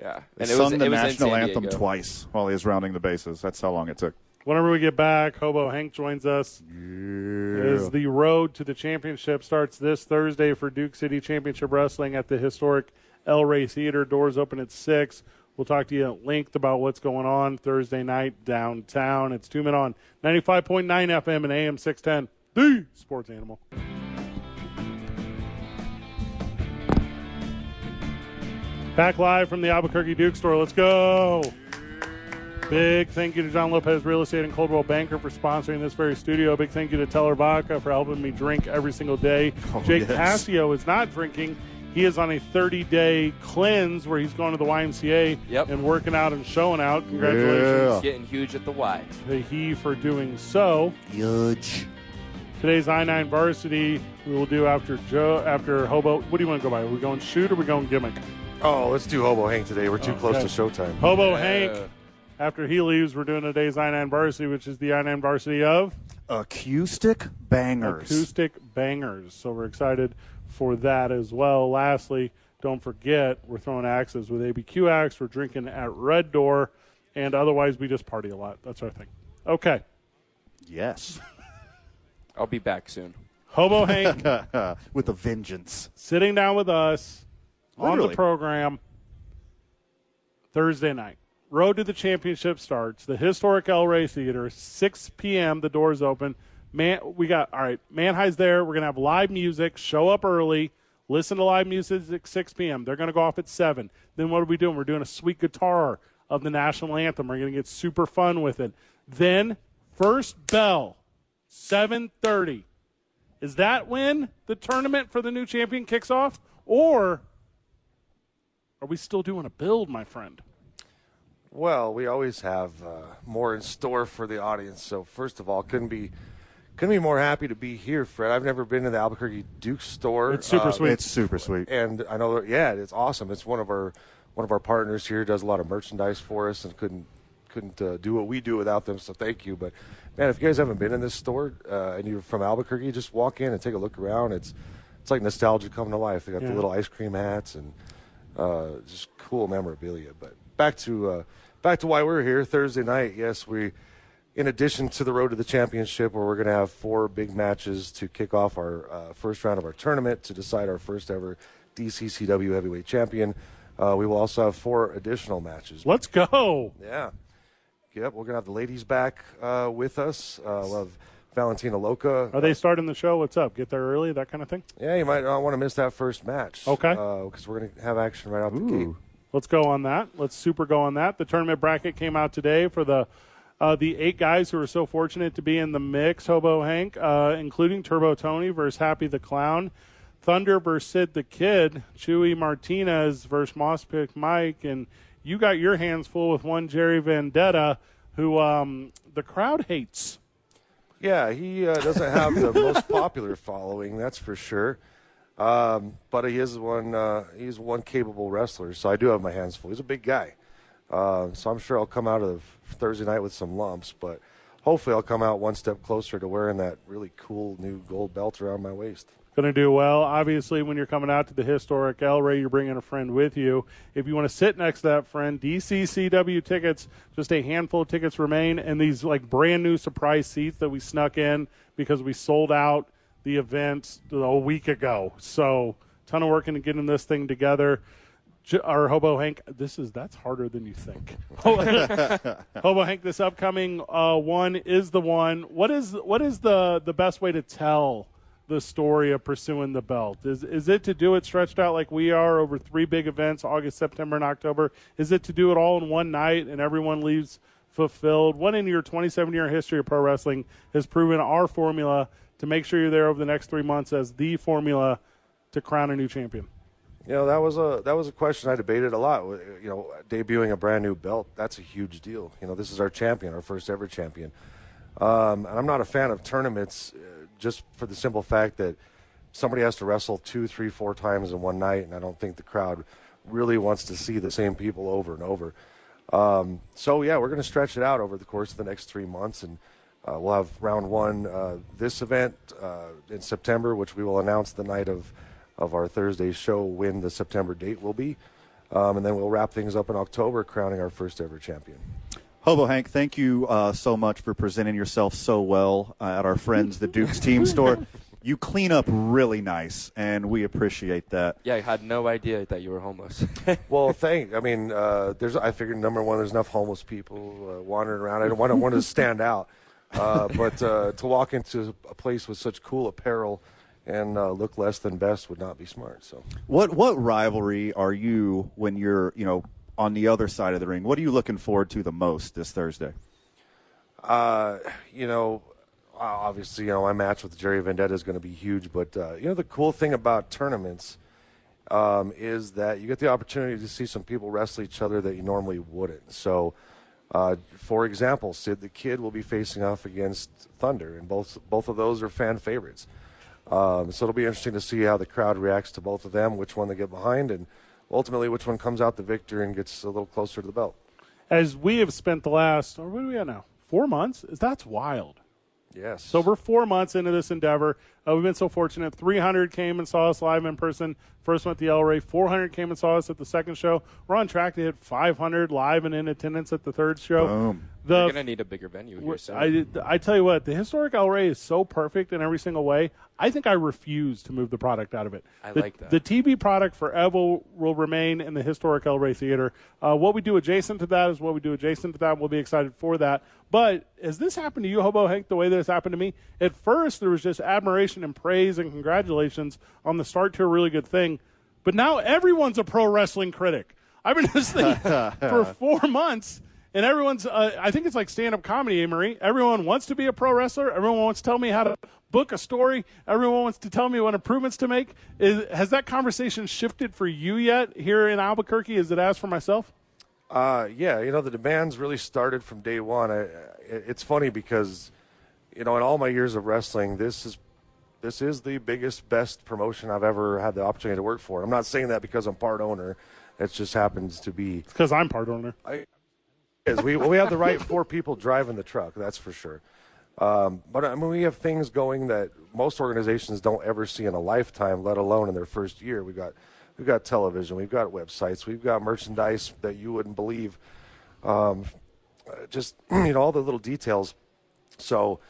Speaker 5: Yeah,
Speaker 3: He
Speaker 5: and it was,
Speaker 3: sung Oh. the
Speaker 5: it was in
Speaker 3: national
Speaker 5: San
Speaker 3: anthem
Speaker 5: Diego.
Speaker 3: twice while he was rounding the bases. That's how long it took.
Speaker 2: Whenever we get back, Hobo Hank joins us. As the road to the championship starts this Thursday for Duke City Championship Wrestling at the historic El Rey Theater. Doors open at 6. We'll talk to you at length about what's going on Thursday night downtown. It's Two Men on 95.9 FM and AM 610. The Sports Animal. Back live from the Albuquerque Duke store. Let's go. Big thank you to John Lopez Real Estate and Coldwell Banker for sponsoring this very studio. Big thank you to Teller Vodka for helping me drink every single day.
Speaker 3: Oh,
Speaker 2: Jake
Speaker 3: yes.
Speaker 2: Passio is not drinking. He is on a 30 day cleanse where he's going to the YMCA
Speaker 5: Yep.
Speaker 2: and working out and showing out. Congratulations
Speaker 5: Getting huge at the Y.
Speaker 2: to he for doing so.
Speaker 3: Huge.
Speaker 2: Today's I-9 varsity we will do after Joe after Hobo. What do you want to go by? Are we going shoot or are we going gimmick?
Speaker 9: Oh, let's do Hobo Hank today. We're too close to showtime.
Speaker 2: Hobo Hank. After he leaves, we're doing today's I-9 varsity, which is the I-9 varsity of
Speaker 3: Acoustic bangers.
Speaker 2: acoustic bangers. So we're excited for that as well. Lastly, don't forget we're throwing axes with ABQ axe. We're drinking at Red Door, and otherwise we just party a lot. That's our thing. Okay,
Speaker 3: Yes.
Speaker 5: I'll be back soon.
Speaker 2: Hobo Hank
Speaker 3: With a vengeance.
Speaker 2: sitting down with us on
Speaker 3: Literally.
Speaker 2: the program Thursday night. Road to the championship starts. The historic El Rey Theater, 6 p.m. The doors open. Man, we got all right. Manhi's there. We're gonna have live music. Show up early. Listen to live music at 6 p.m. They're gonna go off at seven. Then what are we doing? We're doing a sweet guitar of the national anthem. We're gonna get super fun with it. Then first bell 7:30. Is that when the tournament for the new champion kicks off, or are we still doing a build, my friend?
Speaker 9: Well, we always have uh, more in store for the audience. So first of all, couldn't be couldn't be more happy to be here, Fred. I've never been to the Albuquerque Duke store.
Speaker 2: It's super
Speaker 9: Uh,
Speaker 2: sweet.
Speaker 3: It's super sweet.
Speaker 9: and I know, that- yeah, it's awesome. It's one of our one of our partners here does a lot of merchandise for us, and couldn't couldn't uh, do what we do without them. So thank you. But man, if you guys haven't been in this store uh, and you're from Albuquerque, just walk in and take a look around. It's it's like nostalgia coming to life. They got
Speaker 2: Yeah.
Speaker 9: the little ice cream hats and uh, just cool memorabilia. But back to uh, back to why we're here Thursday night. Yes, we. In addition to the road to the championship, where we're going to have four big matches to kick off our uh, first round of our tournament to decide our first ever DCCW heavyweight champion, uh, we will also have four additional matches.
Speaker 2: Let's go.
Speaker 9: Yeah. Yep, we're going to have the ladies back uh, with us. Uh, we'll have Valentina Loca.
Speaker 2: Are they starting the show? What's up? Get there early, that kind of thing.
Speaker 9: Yeah, you might not want to miss that first match.
Speaker 2: Okay.
Speaker 9: Because we're going to have action right out the gate.
Speaker 2: Let's go on that. Let's super go on that. The tournament bracket came out today for the uh, the eight guys who were so fortunate to be in the mix. Hobo Hank, uh, including Turbo Tony versus Happy the Clown, Thunder versus Sid the Kid, Chewy Martinez versus Moss Pick Mike, and you got your hands full with one Jerry Vendetta, who um, the crowd hates.
Speaker 9: Yeah, he uh, doesn't have the most popular following, that's for sure. Um, but he is one. Uh, he's one capable wrestler, so I do have my hands full. He's a big guy, uh, so I'm sure I'll come out of Thursday night with some lumps. But hopefully, I'll come out one step closer to wearing that really cool new gold belt around my waist.
Speaker 2: going to do well. Obviously, when you're coming out to the historic El Rey, you're bringing a friend with you. If you want to sit next to that friend, DCCW tickets, just a handful of tickets remain, and these like brand new surprise seats that we snuck in because we sold out the event a week ago. So, ton of work into getting this thing together. J- Our Hobo Hank, this is that's harder than you think. Hobo Hank, this upcoming uh, one is the one. What is what is the the best way to tell the story of pursuing the belt? Is is it to do it stretched out like we are over three big events, August, September, and October? Is it to do it all in one night and everyone leaves fulfilled? What in your 27 year history of pro wrestling has proven our formula to make sure you're there over the next three months as the formula to crown a new champion?
Speaker 9: You know, that was a that was a question I debated a lot. You know, debuting a brand new belt, that's a huge deal. You know, this is our champion, our first ever champion. Um, and I'm not a fan of tournaments, uh, just for the simple fact that somebody has to wrestle two, three, four times in one night, and I don't think the crowd really wants to see the same people over and over. Um, so yeah, we're going to stretch it out over the course of the next three months, and uh, we'll have round one uh, this event uh, in September, which we will announce the night of of our Thursday show when the September date will be, um, and then we'll wrap things up in October, crowning our first ever champion.
Speaker 3: Hobo Hank, thank you uh, so much for presenting yourself so well uh, at our friends, the Duke's Team Store. You clean up really nice, and we appreciate that.
Speaker 5: Yeah, I had no idea that you were homeless.
Speaker 3: Uh,
Speaker 9: Well, thank. I mean, uh, there's. I figured number one, there's enough homeless people uh, wandering around. I don't want to want to stand out, uh, but uh, to walk into a place with such cool apparel and uh, look less than best would not be smart. So.
Speaker 3: What what rivalry are you when you're you know on the other side of the ring? What are you looking forward to the most this Thursday?
Speaker 9: uh, you know, uh, obviously, you know, my match with Jerry Vendetta is going to be huge. But uh, you know, the cool thing about tournaments um, is that you get the opportunity to see some people wrestle each other that you normally wouldn't. So, uh, for example, Sid the Kid will be facing off against Thunder, and both both of those are fan favorites. Um, so it'll be interesting to see how the crowd reacts to both of them, which one they get behind, and ultimately which one comes out the victor and gets a little closer to the belt.
Speaker 2: As we have spent the last, or what do we at now? Four months? That's wild.
Speaker 9: Yes.
Speaker 2: So we're four months into this endeavor. Uh, we've been so fortunate. 300 came and saw us live in person. First one at the El Rey. 400 came and saw us at the second show. We're on track to hit 500 live and in attendance at the third show.
Speaker 3: Boom.
Speaker 5: You're
Speaker 2: The
Speaker 5: gonna need a bigger venue
Speaker 2: we're-
Speaker 5: here soon.
Speaker 2: I, I tell you what, the historic El Rey is so perfect in every single way. I think I refuse to move the product out of it.
Speaker 5: I
Speaker 2: the,
Speaker 5: like that.
Speaker 2: The TV product forever will remain in the historic El Rey Theater. Uh, what we do adjacent to that is what we do adjacent to that. We'll be excited for that. But has this happened to you, Hobo Hank, the way that this happened to me? At first, there was just admiration and praise and congratulations on the start to a really good thing. But now everyone's a pro wrestling critic. I've been in this thing for four months, And everyone's, uh, I think it's like stand up comedy, Amory. Everyone wants to be a pro wrestler. Everyone wants to tell me how to book a story. Everyone wants to tell me what improvements to make. Is, has that conversation shifted for you yet here in Albuquerque as it has for myself?
Speaker 9: Uh, yeah, you know, the demands really started from day one. I, I, it's funny because, you know, in all my years of wrestling, this is this is the biggest, best promotion I've ever had the opportunity to work for. I'm not saying that because I'm part owner. It just happens to be.
Speaker 2: Because I'm part owner.
Speaker 9: I, is we we have the right four people driving the truck. That's for sure. Um, but I mean, we have things going that most organizations don't ever see in a lifetime, let alone in their first year. We got we've got television, we've got websites, we've got merchandise that you wouldn't believe. Um, uh, just you know all the little details. So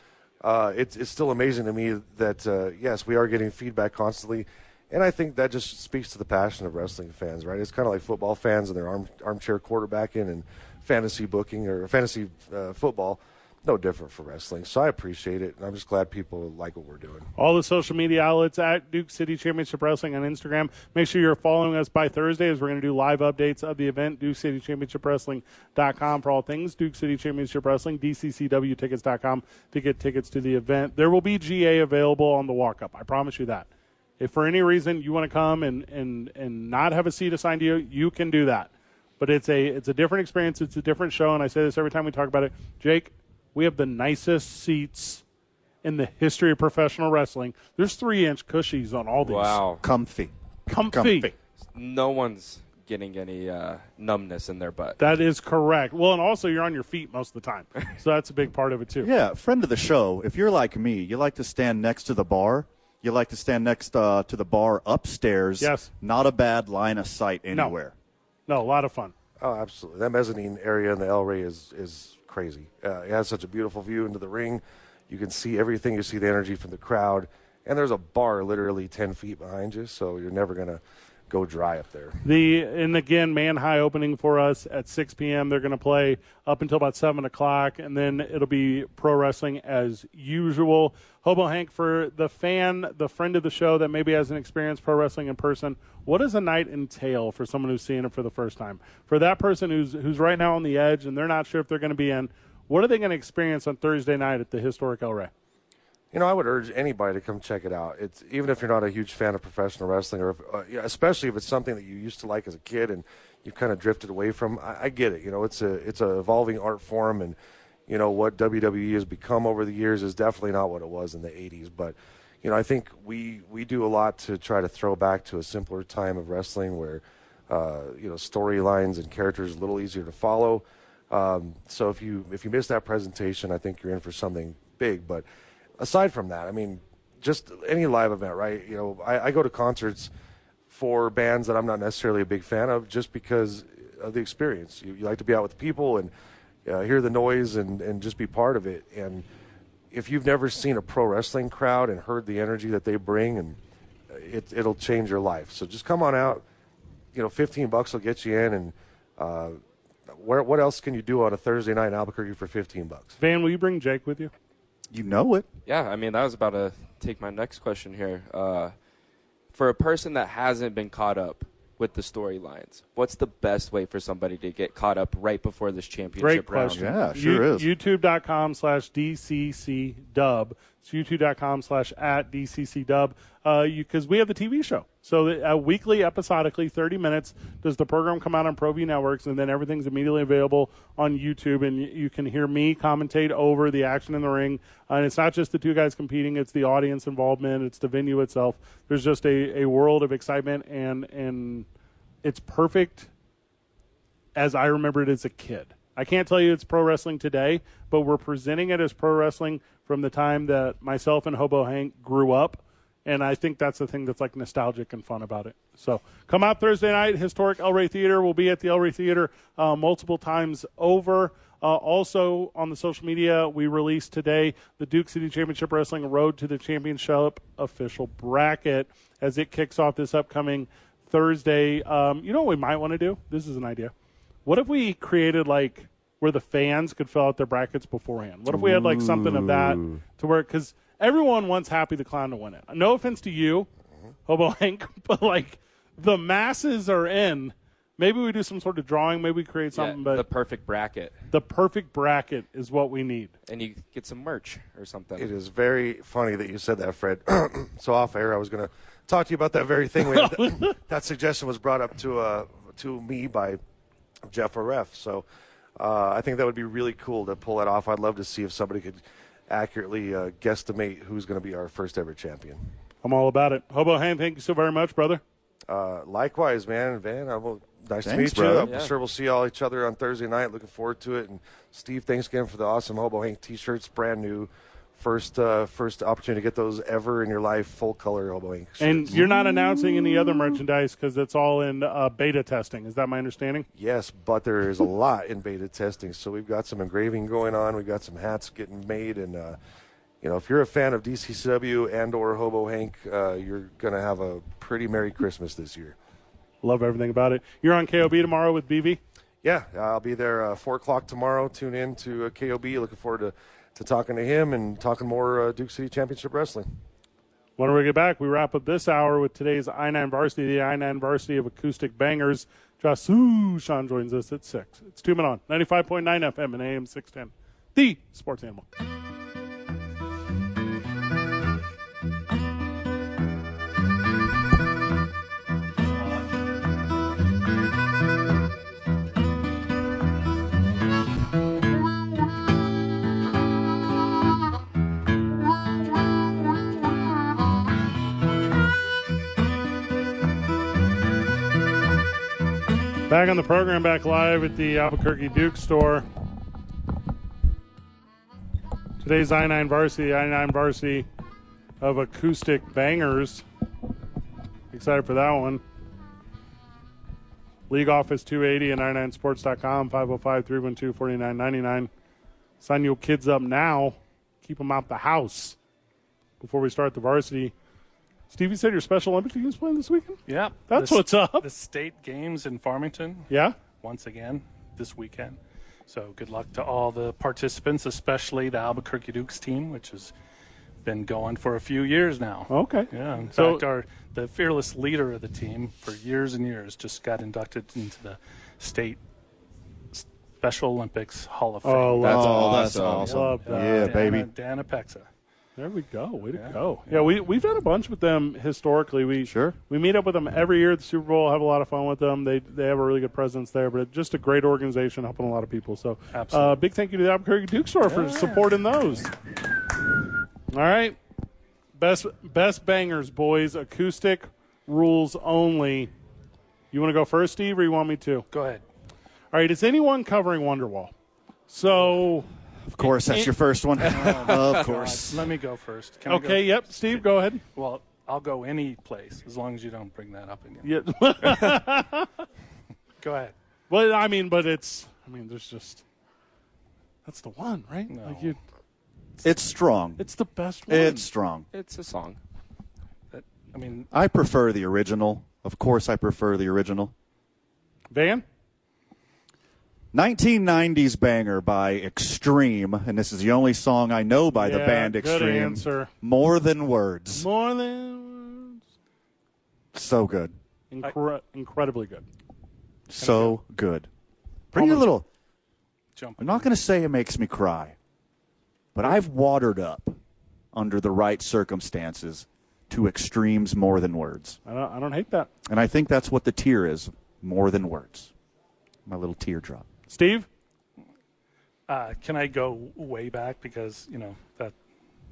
Speaker 9: uh, it's it's still amazing to me that uh, yes, we are getting feedback constantly. And I think that just speaks to the passion of wrestling fans, right? It's kind of like football fans and their arm, armchair quarterbacking and fantasy booking or fantasy uh, football. No different for wrestling. So I appreciate it. And I'm just glad people like what we're doing.
Speaker 2: All the social media outlets at Duke City Championship Wrestling on Instagram. Make sure you're following us by Thursday as we're going to do live updates of the event. DukeCityChampionshipWrestling.com for all things Duke City Championship Wrestling. DCCWTickets.com to get tickets to the event. There will be GA available on the walk up. I promise you that. If for any reason you want to come and, and, and not have a seat assigned to you, you can do that but it's a it's a different experience. It's a different show, and I say this every time we talk about it. Jake, we have the nicest seats in the history of professional wrestling. There's three inch cushies on all these.
Speaker 5: Wow.
Speaker 3: Comfy.
Speaker 2: Comfy.
Speaker 3: Comfy.
Speaker 5: No one's getting any uh, numbness in their butt.
Speaker 2: That is correct. Well, and also you're on your feet most of the time, so that's a big part of it too.
Speaker 3: Yeah, friend of the show. If you're like me, you like to stand next to the bar. You like to stand next uh, to the bar upstairs.
Speaker 2: Yes.
Speaker 3: Not a bad line of sight anywhere.
Speaker 2: No, a lot of fun.
Speaker 9: Oh, absolutely. That mezzanine area in the El Rey is is crazy. Uh, it has such a beautiful view into the ring. You can see everything. You see the energy from the crowd, and there's a bar literally ten feet behind you, so you're never gonna go dry up there.
Speaker 2: The and again, man high opening for us at 6 p.m. They're going to play up until about seven o'clock, and then it'll be pro wrestling as usual. Hobo Hank for the fan, the friend of the show that maybe hasn't experienced pro wrestling in person. What does a night entail for someone who's seeing it for the first time? For that person who's who's right now on the edge and they're not sure if they're going to be in, what are they going to experience on Thursday night at the historic El Rey?
Speaker 9: you know, I would urge anybody to come check it out. It's even if you're not a huge fan of professional wrestling, or if, uh, yeah, especially if it's something that you used to like as a kid and you've kind of drifted away from. I, I get it. You know, it's a it's a evolving art form, and you know what WWE has become over the years is definitely not what it was in the '80s. But you know, I think we we do a lot to try to throw back to a simpler time of wrestling where uh, you know storylines and characters are a little easier to follow. Um, so if you if you miss that presentation, I think you're in for something big. But aside from that, I mean, just any live event, right? You know, I, I, go to concerts for bands that I'm not necessarily a big fan of just because of the experience. You, you like to be out with people and uh, hear the noise and, and just be part of it. And if you've never seen a pro wrestling crowd and heard the energy that they bring, and uh, it, it'll change your life. So just come on out. You know, 15 bucks will get you in and, uh, where, what else can you do on a Thursday night in Albuquerque for 15 bucks?
Speaker 2: Van, will you bring Jake with you?
Speaker 3: You know it.
Speaker 5: Yeah, I mean, that was about to take my next question here. Uh, for a person that hasn't been caught up with the storylines, what's the best way for somebody to get caught up right before this championship
Speaker 2: Great
Speaker 5: round?
Speaker 2: question.
Speaker 3: Yeah, sure
Speaker 2: You-
Speaker 3: is.
Speaker 2: YouTube.com slash DCC dub. It's youtube.com slash at DCC dub. Because we have the TV show. So uh, weekly, episodically, 30 minutes does the program come out on ProView Networks, and then everything's immediately available on YouTube. And y- you can hear me commentate over the action in the ring. Uh, and it's not just the two guys competing, it's the audience involvement, it's the venue itself. There's just a, a world of excitement, and, and it's perfect as I remembered as a kid. I can't tell you it's pro wrestling today, but we're presenting it as pro wrestling from the time that myself and Hobo Hank grew up. And I think that's the thing that's like nostalgic and fun about it. So come out Thursday night, historic El Rey Theater. We'll be at the El Rey Theater uh, multiple times over. Uh, also on the social media, we released today the Duke City Championship Wrestling Road to the Championship official bracket as it kicks off this upcoming Thursday. Um, you know what we might want to do? This is an idea. What if we created like where the fans could fill out their brackets beforehand? What if we had like something of that to where because everyone wants Happy the Clown to win it. No offense to you, Hobo Hank, but like the masses are in. Maybe we do some sort of drawing. Maybe we create
Speaker 5: Yeah,
Speaker 2: something, but
Speaker 5: the perfect bracket,
Speaker 2: the perfect bracket is what we need.
Speaker 5: and you get some merch or something.
Speaker 9: It is very funny that you said that, Fred. so off air, I was going to talk to you about that very thing. We had- that suggestion was brought up to uh, to me by Jeff Aref. So uh, I think that would be really cool to pull that off. I'd love to see if somebody could accurately uh, guesstimate who's going to be our first ever champion.
Speaker 2: I'm all about it. Hobo Hand, thank you so very much, brother.
Speaker 9: Uh, likewise, man, Van. I will, nice to
Speaker 3: Thanks,
Speaker 9: meet you.
Speaker 3: brother.
Speaker 9: I'm
Speaker 5: Yeah.
Speaker 9: sure we'll see all each other on Thursday night. Looking forward to it. And Steve, thanks again for the awesome Hobo Hank T-shirts, brand new. First, uh, first opportunity to get those ever in your life, full color Hobo Hank. Shirts.
Speaker 2: And you're not announcing any other merchandise because it's all in uh, beta testing. Is that my understanding?
Speaker 9: yes, but there is a lot in beta testing. So we've got some engraving going on. We've got some hats getting made, and uh, you know, if you're a fan of DCCW and or Hobo Hank, uh, you're gonna have a pretty merry Christmas this year.
Speaker 2: Love everything about it. You're on KOB tomorrow with BV.
Speaker 9: Yeah, I'll be there uh, four o'clock tomorrow. Tune in to uh, KOB. Looking forward to, to talking to him and talking more uh, Duke City Championship Wrestling.
Speaker 2: When we get back, we wrap up this hour with today's I9 Varsity, the I9 Varsity of Acoustic Bangers. Josh Sean joins us at 6. It's Two Men On, 95.9 FM and AM 610. The Sports Animal. Back on the program, back live at the Albuquerque Duke store. Today's I9 Varsity, the I9 Varsity of Acoustic Bangers. Excited for that one. League Office 280 and 99sports.com, 505 312 4999. Sign your kids up now. Keep them out the house before we start the varsity. Steve, you said your Special Olympics team's playing this weekend?
Speaker 8: Yeah,
Speaker 2: That's
Speaker 8: the,
Speaker 2: what's up.
Speaker 8: The state games in Farmington
Speaker 2: Yeah?
Speaker 8: once again this weekend. So good luck to all the participants, especially the Albuquerque Dukes team, which has been going for a few years now.
Speaker 2: Okay.
Speaker 8: Yeah, in
Speaker 2: So-
Speaker 8: fact, our the fearless leader of the team for years and years just got inducted into the state Special Olympics Hall of Fame.
Speaker 2: Oh,
Speaker 5: That's
Speaker 3: oh, that's
Speaker 5: awesome.
Speaker 3: awesome.
Speaker 2: Love that.
Speaker 3: Yeah,
Speaker 8: Dana,
Speaker 3: baby.
Speaker 8: Dana Pexa.
Speaker 2: There we go. Way to
Speaker 8: Yeah.
Speaker 2: go. Yeah, we we've had a bunch with them historically. We
Speaker 3: Sure.
Speaker 2: we meet up with them every year at the Super Bowl. Have a lot of fun with them. They they have a really good presence there, but just a great organization helping a lot of people. So,
Speaker 8: Absolutely.
Speaker 2: uh, big thank you to the Albuquerque Duke Store for supporting those. All right, best best bangers, boys. Acoustic rules only. You want to go first, Steve, or you want me to? All
Speaker 8: Go ahead.
Speaker 2: right, is anyone covering Wonderwall? So
Speaker 3: Of course, that's your first one. of course.
Speaker 8: Let me go first. Can I go
Speaker 2: okay, yep. Steve, go ahead.
Speaker 8: Well, I'll go any place as long as you don't bring that up again.
Speaker 2: Yeah.
Speaker 8: Go ahead.
Speaker 2: Well, I mean, but it's. I mean, there's just. That's the one, right?
Speaker 8: No.
Speaker 2: Like you,
Speaker 3: It's strong.
Speaker 2: it's the best one.
Speaker 3: It's strong.
Speaker 5: It's a song.
Speaker 8: I mean,
Speaker 3: I prefer the original. Of course, I prefer the original.
Speaker 2: Van.
Speaker 3: 1990s banger by Extreme, and this is the only song I know by the
Speaker 2: Yeah,
Speaker 3: band
Speaker 2: good
Speaker 3: Extreme.
Speaker 2: answer.
Speaker 3: More than words.
Speaker 2: More than
Speaker 3: So good.
Speaker 2: Incre- incredibly good.
Speaker 3: So good. Bring a little.
Speaker 8: jump.
Speaker 3: I'm not going to say it makes me cry, but I've watered up under the right circumstances to extremes more than words.
Speaker 2: I don't. I don't hate that.
Speaker 3: And I think that's what the tear is more than words. My little teardrop.
Speaker 2: Steve.
Speaker 8: Uh, can I go way back because you know that?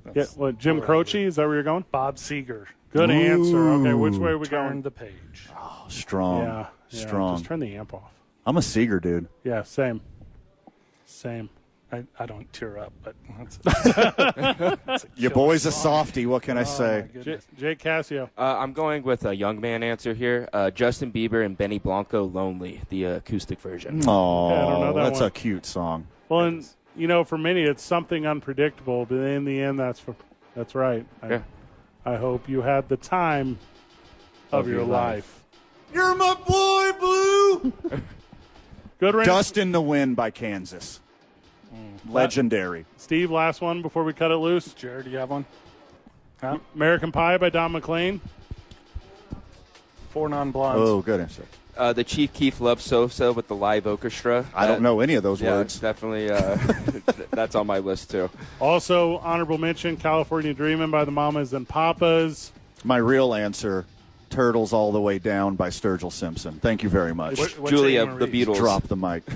Speaker 2: Yeah.
Speaker 8: That's
Speaker 2: What, Jim Croce. Is that where you're going?
Speaker 8: Bob Seeger
Speaker 2: Good answer. Okay. Which way are we
Speaker 8: turned
Speaker 2: going?
Speaker 8: the page.
Speaker 3: Oh, strong.
Speaker 2: yeah. yeah,
Speaker 3: Strong.
Speaker 2: Just turn the amp off.
Speaker 3: I'm a Seeger dude.
Speaker 2: Yeah. Same. Same.
Speaker 8: I, I don't tear up, but that's
Speaker 3: Your boy's a softy. What
Speaker 2: Oh,
Speaker 3: can I
Speaker 8: my
Speaker 3: say?
Speaker 2: J-
Speaker 8: goodness.
Speaker 2: Jake Cassio.
Speaker 5: Uh, I'm going with a young man answer here. Uh, Justin Bieber and Benny Blanco, "Lonely," the acoustic version.
Speaker 3: Oh,
Speaker 2: Yeah, I don't know that
Speaker 3: that's
Speaker 2: one.
Speaker 3: a cute song.
Speaker 2: Well, and you know, for many, it's something unpredictable, but in the end, that's for, that's right. I,
Speaker 5: Yeah.
Speaker 2: I hope you had the time of, your,
Speaker 5: your
Speaker 2: life.
Speaker 5: life.
Speaker 3: You're my boy, Blue.
Speaker 2: Good range.
Speaker 3: Dust in the Wind by Kansas.
Speaker 2: Mm.
Speaker 3: Legendary.
Speaker 2: Steve, last one before we cut it loose.
Speaker 8: Jared, do you have one? Huh?
Speaker 2: American Pie by Don McLean.
Speaker 8: Four non blondes.
Speaker 3: Oh, good answer.
Speaker 5: Uh, the Chief Keef loves Sosa with the live orchestra. Uh,
Speaker 3: I
Speaker 5: That-
Speaker 3: don't know any of those
Speaker 5: Yeah,
Speaker 3: words.
Speaker 5: definitely. Uh, th- that's on my list too.
Speaker 2: Also, honorable mention California Dreamin' by the Mamas and Papas.
Speaker 3: My real answer, Turtles All the Way Down by Sturgill Simpson. Thank you very much.
Speaker 8: What- what's
Speaker 5: Julia,
Speaker 8: Anne
Speaker 5: the
Speaker 8: Marie's?
Speaker 5: Beatles.
Speaker 3: Drop the mic.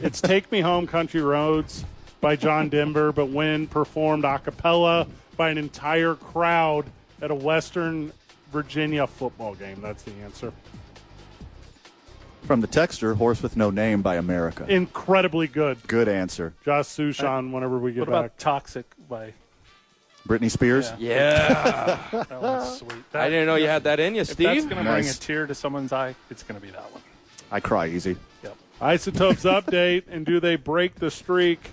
Speaker 2: It's Take Me Home Country Roads by John Denver, but when performed a cappella by an entire crowd at a Western Virginia football game. That's the answer.
Speaker 3: From the texture, Horse with No Name by America.
Speaker 2: Incredibly good.
Speaker 3: Good answer.
Speaker 2: Josh Sushan, whenever we get
Speaker 8: What
Speaker 2: back.
Speaker 8: about Toxic by?
Speaker 3: Britney Spears?
Speaker 8: Yeah.
Speaker 5: Yeah,
Speaker 8: That one's sweet. That,
Speaker 5: I didn't know you had that in you,
Speaker 8: If that's
Speaker 5: Steve.
Speaker 8: gonna bring a
Speaker 3: Nice.
Speaker 8: tear to someone's eye, it's gonna be that one.
Speaker 3: I cry easy.
Speaker 8: Yep.
Speaker 2: Isotopes update, and do they break the streak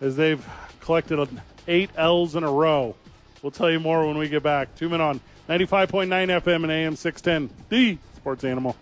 Speaker 2: as they've collected eight L's in a row? We'll tell you more when we get back. Two men on 95.9 FM and AM 610, the sports animal.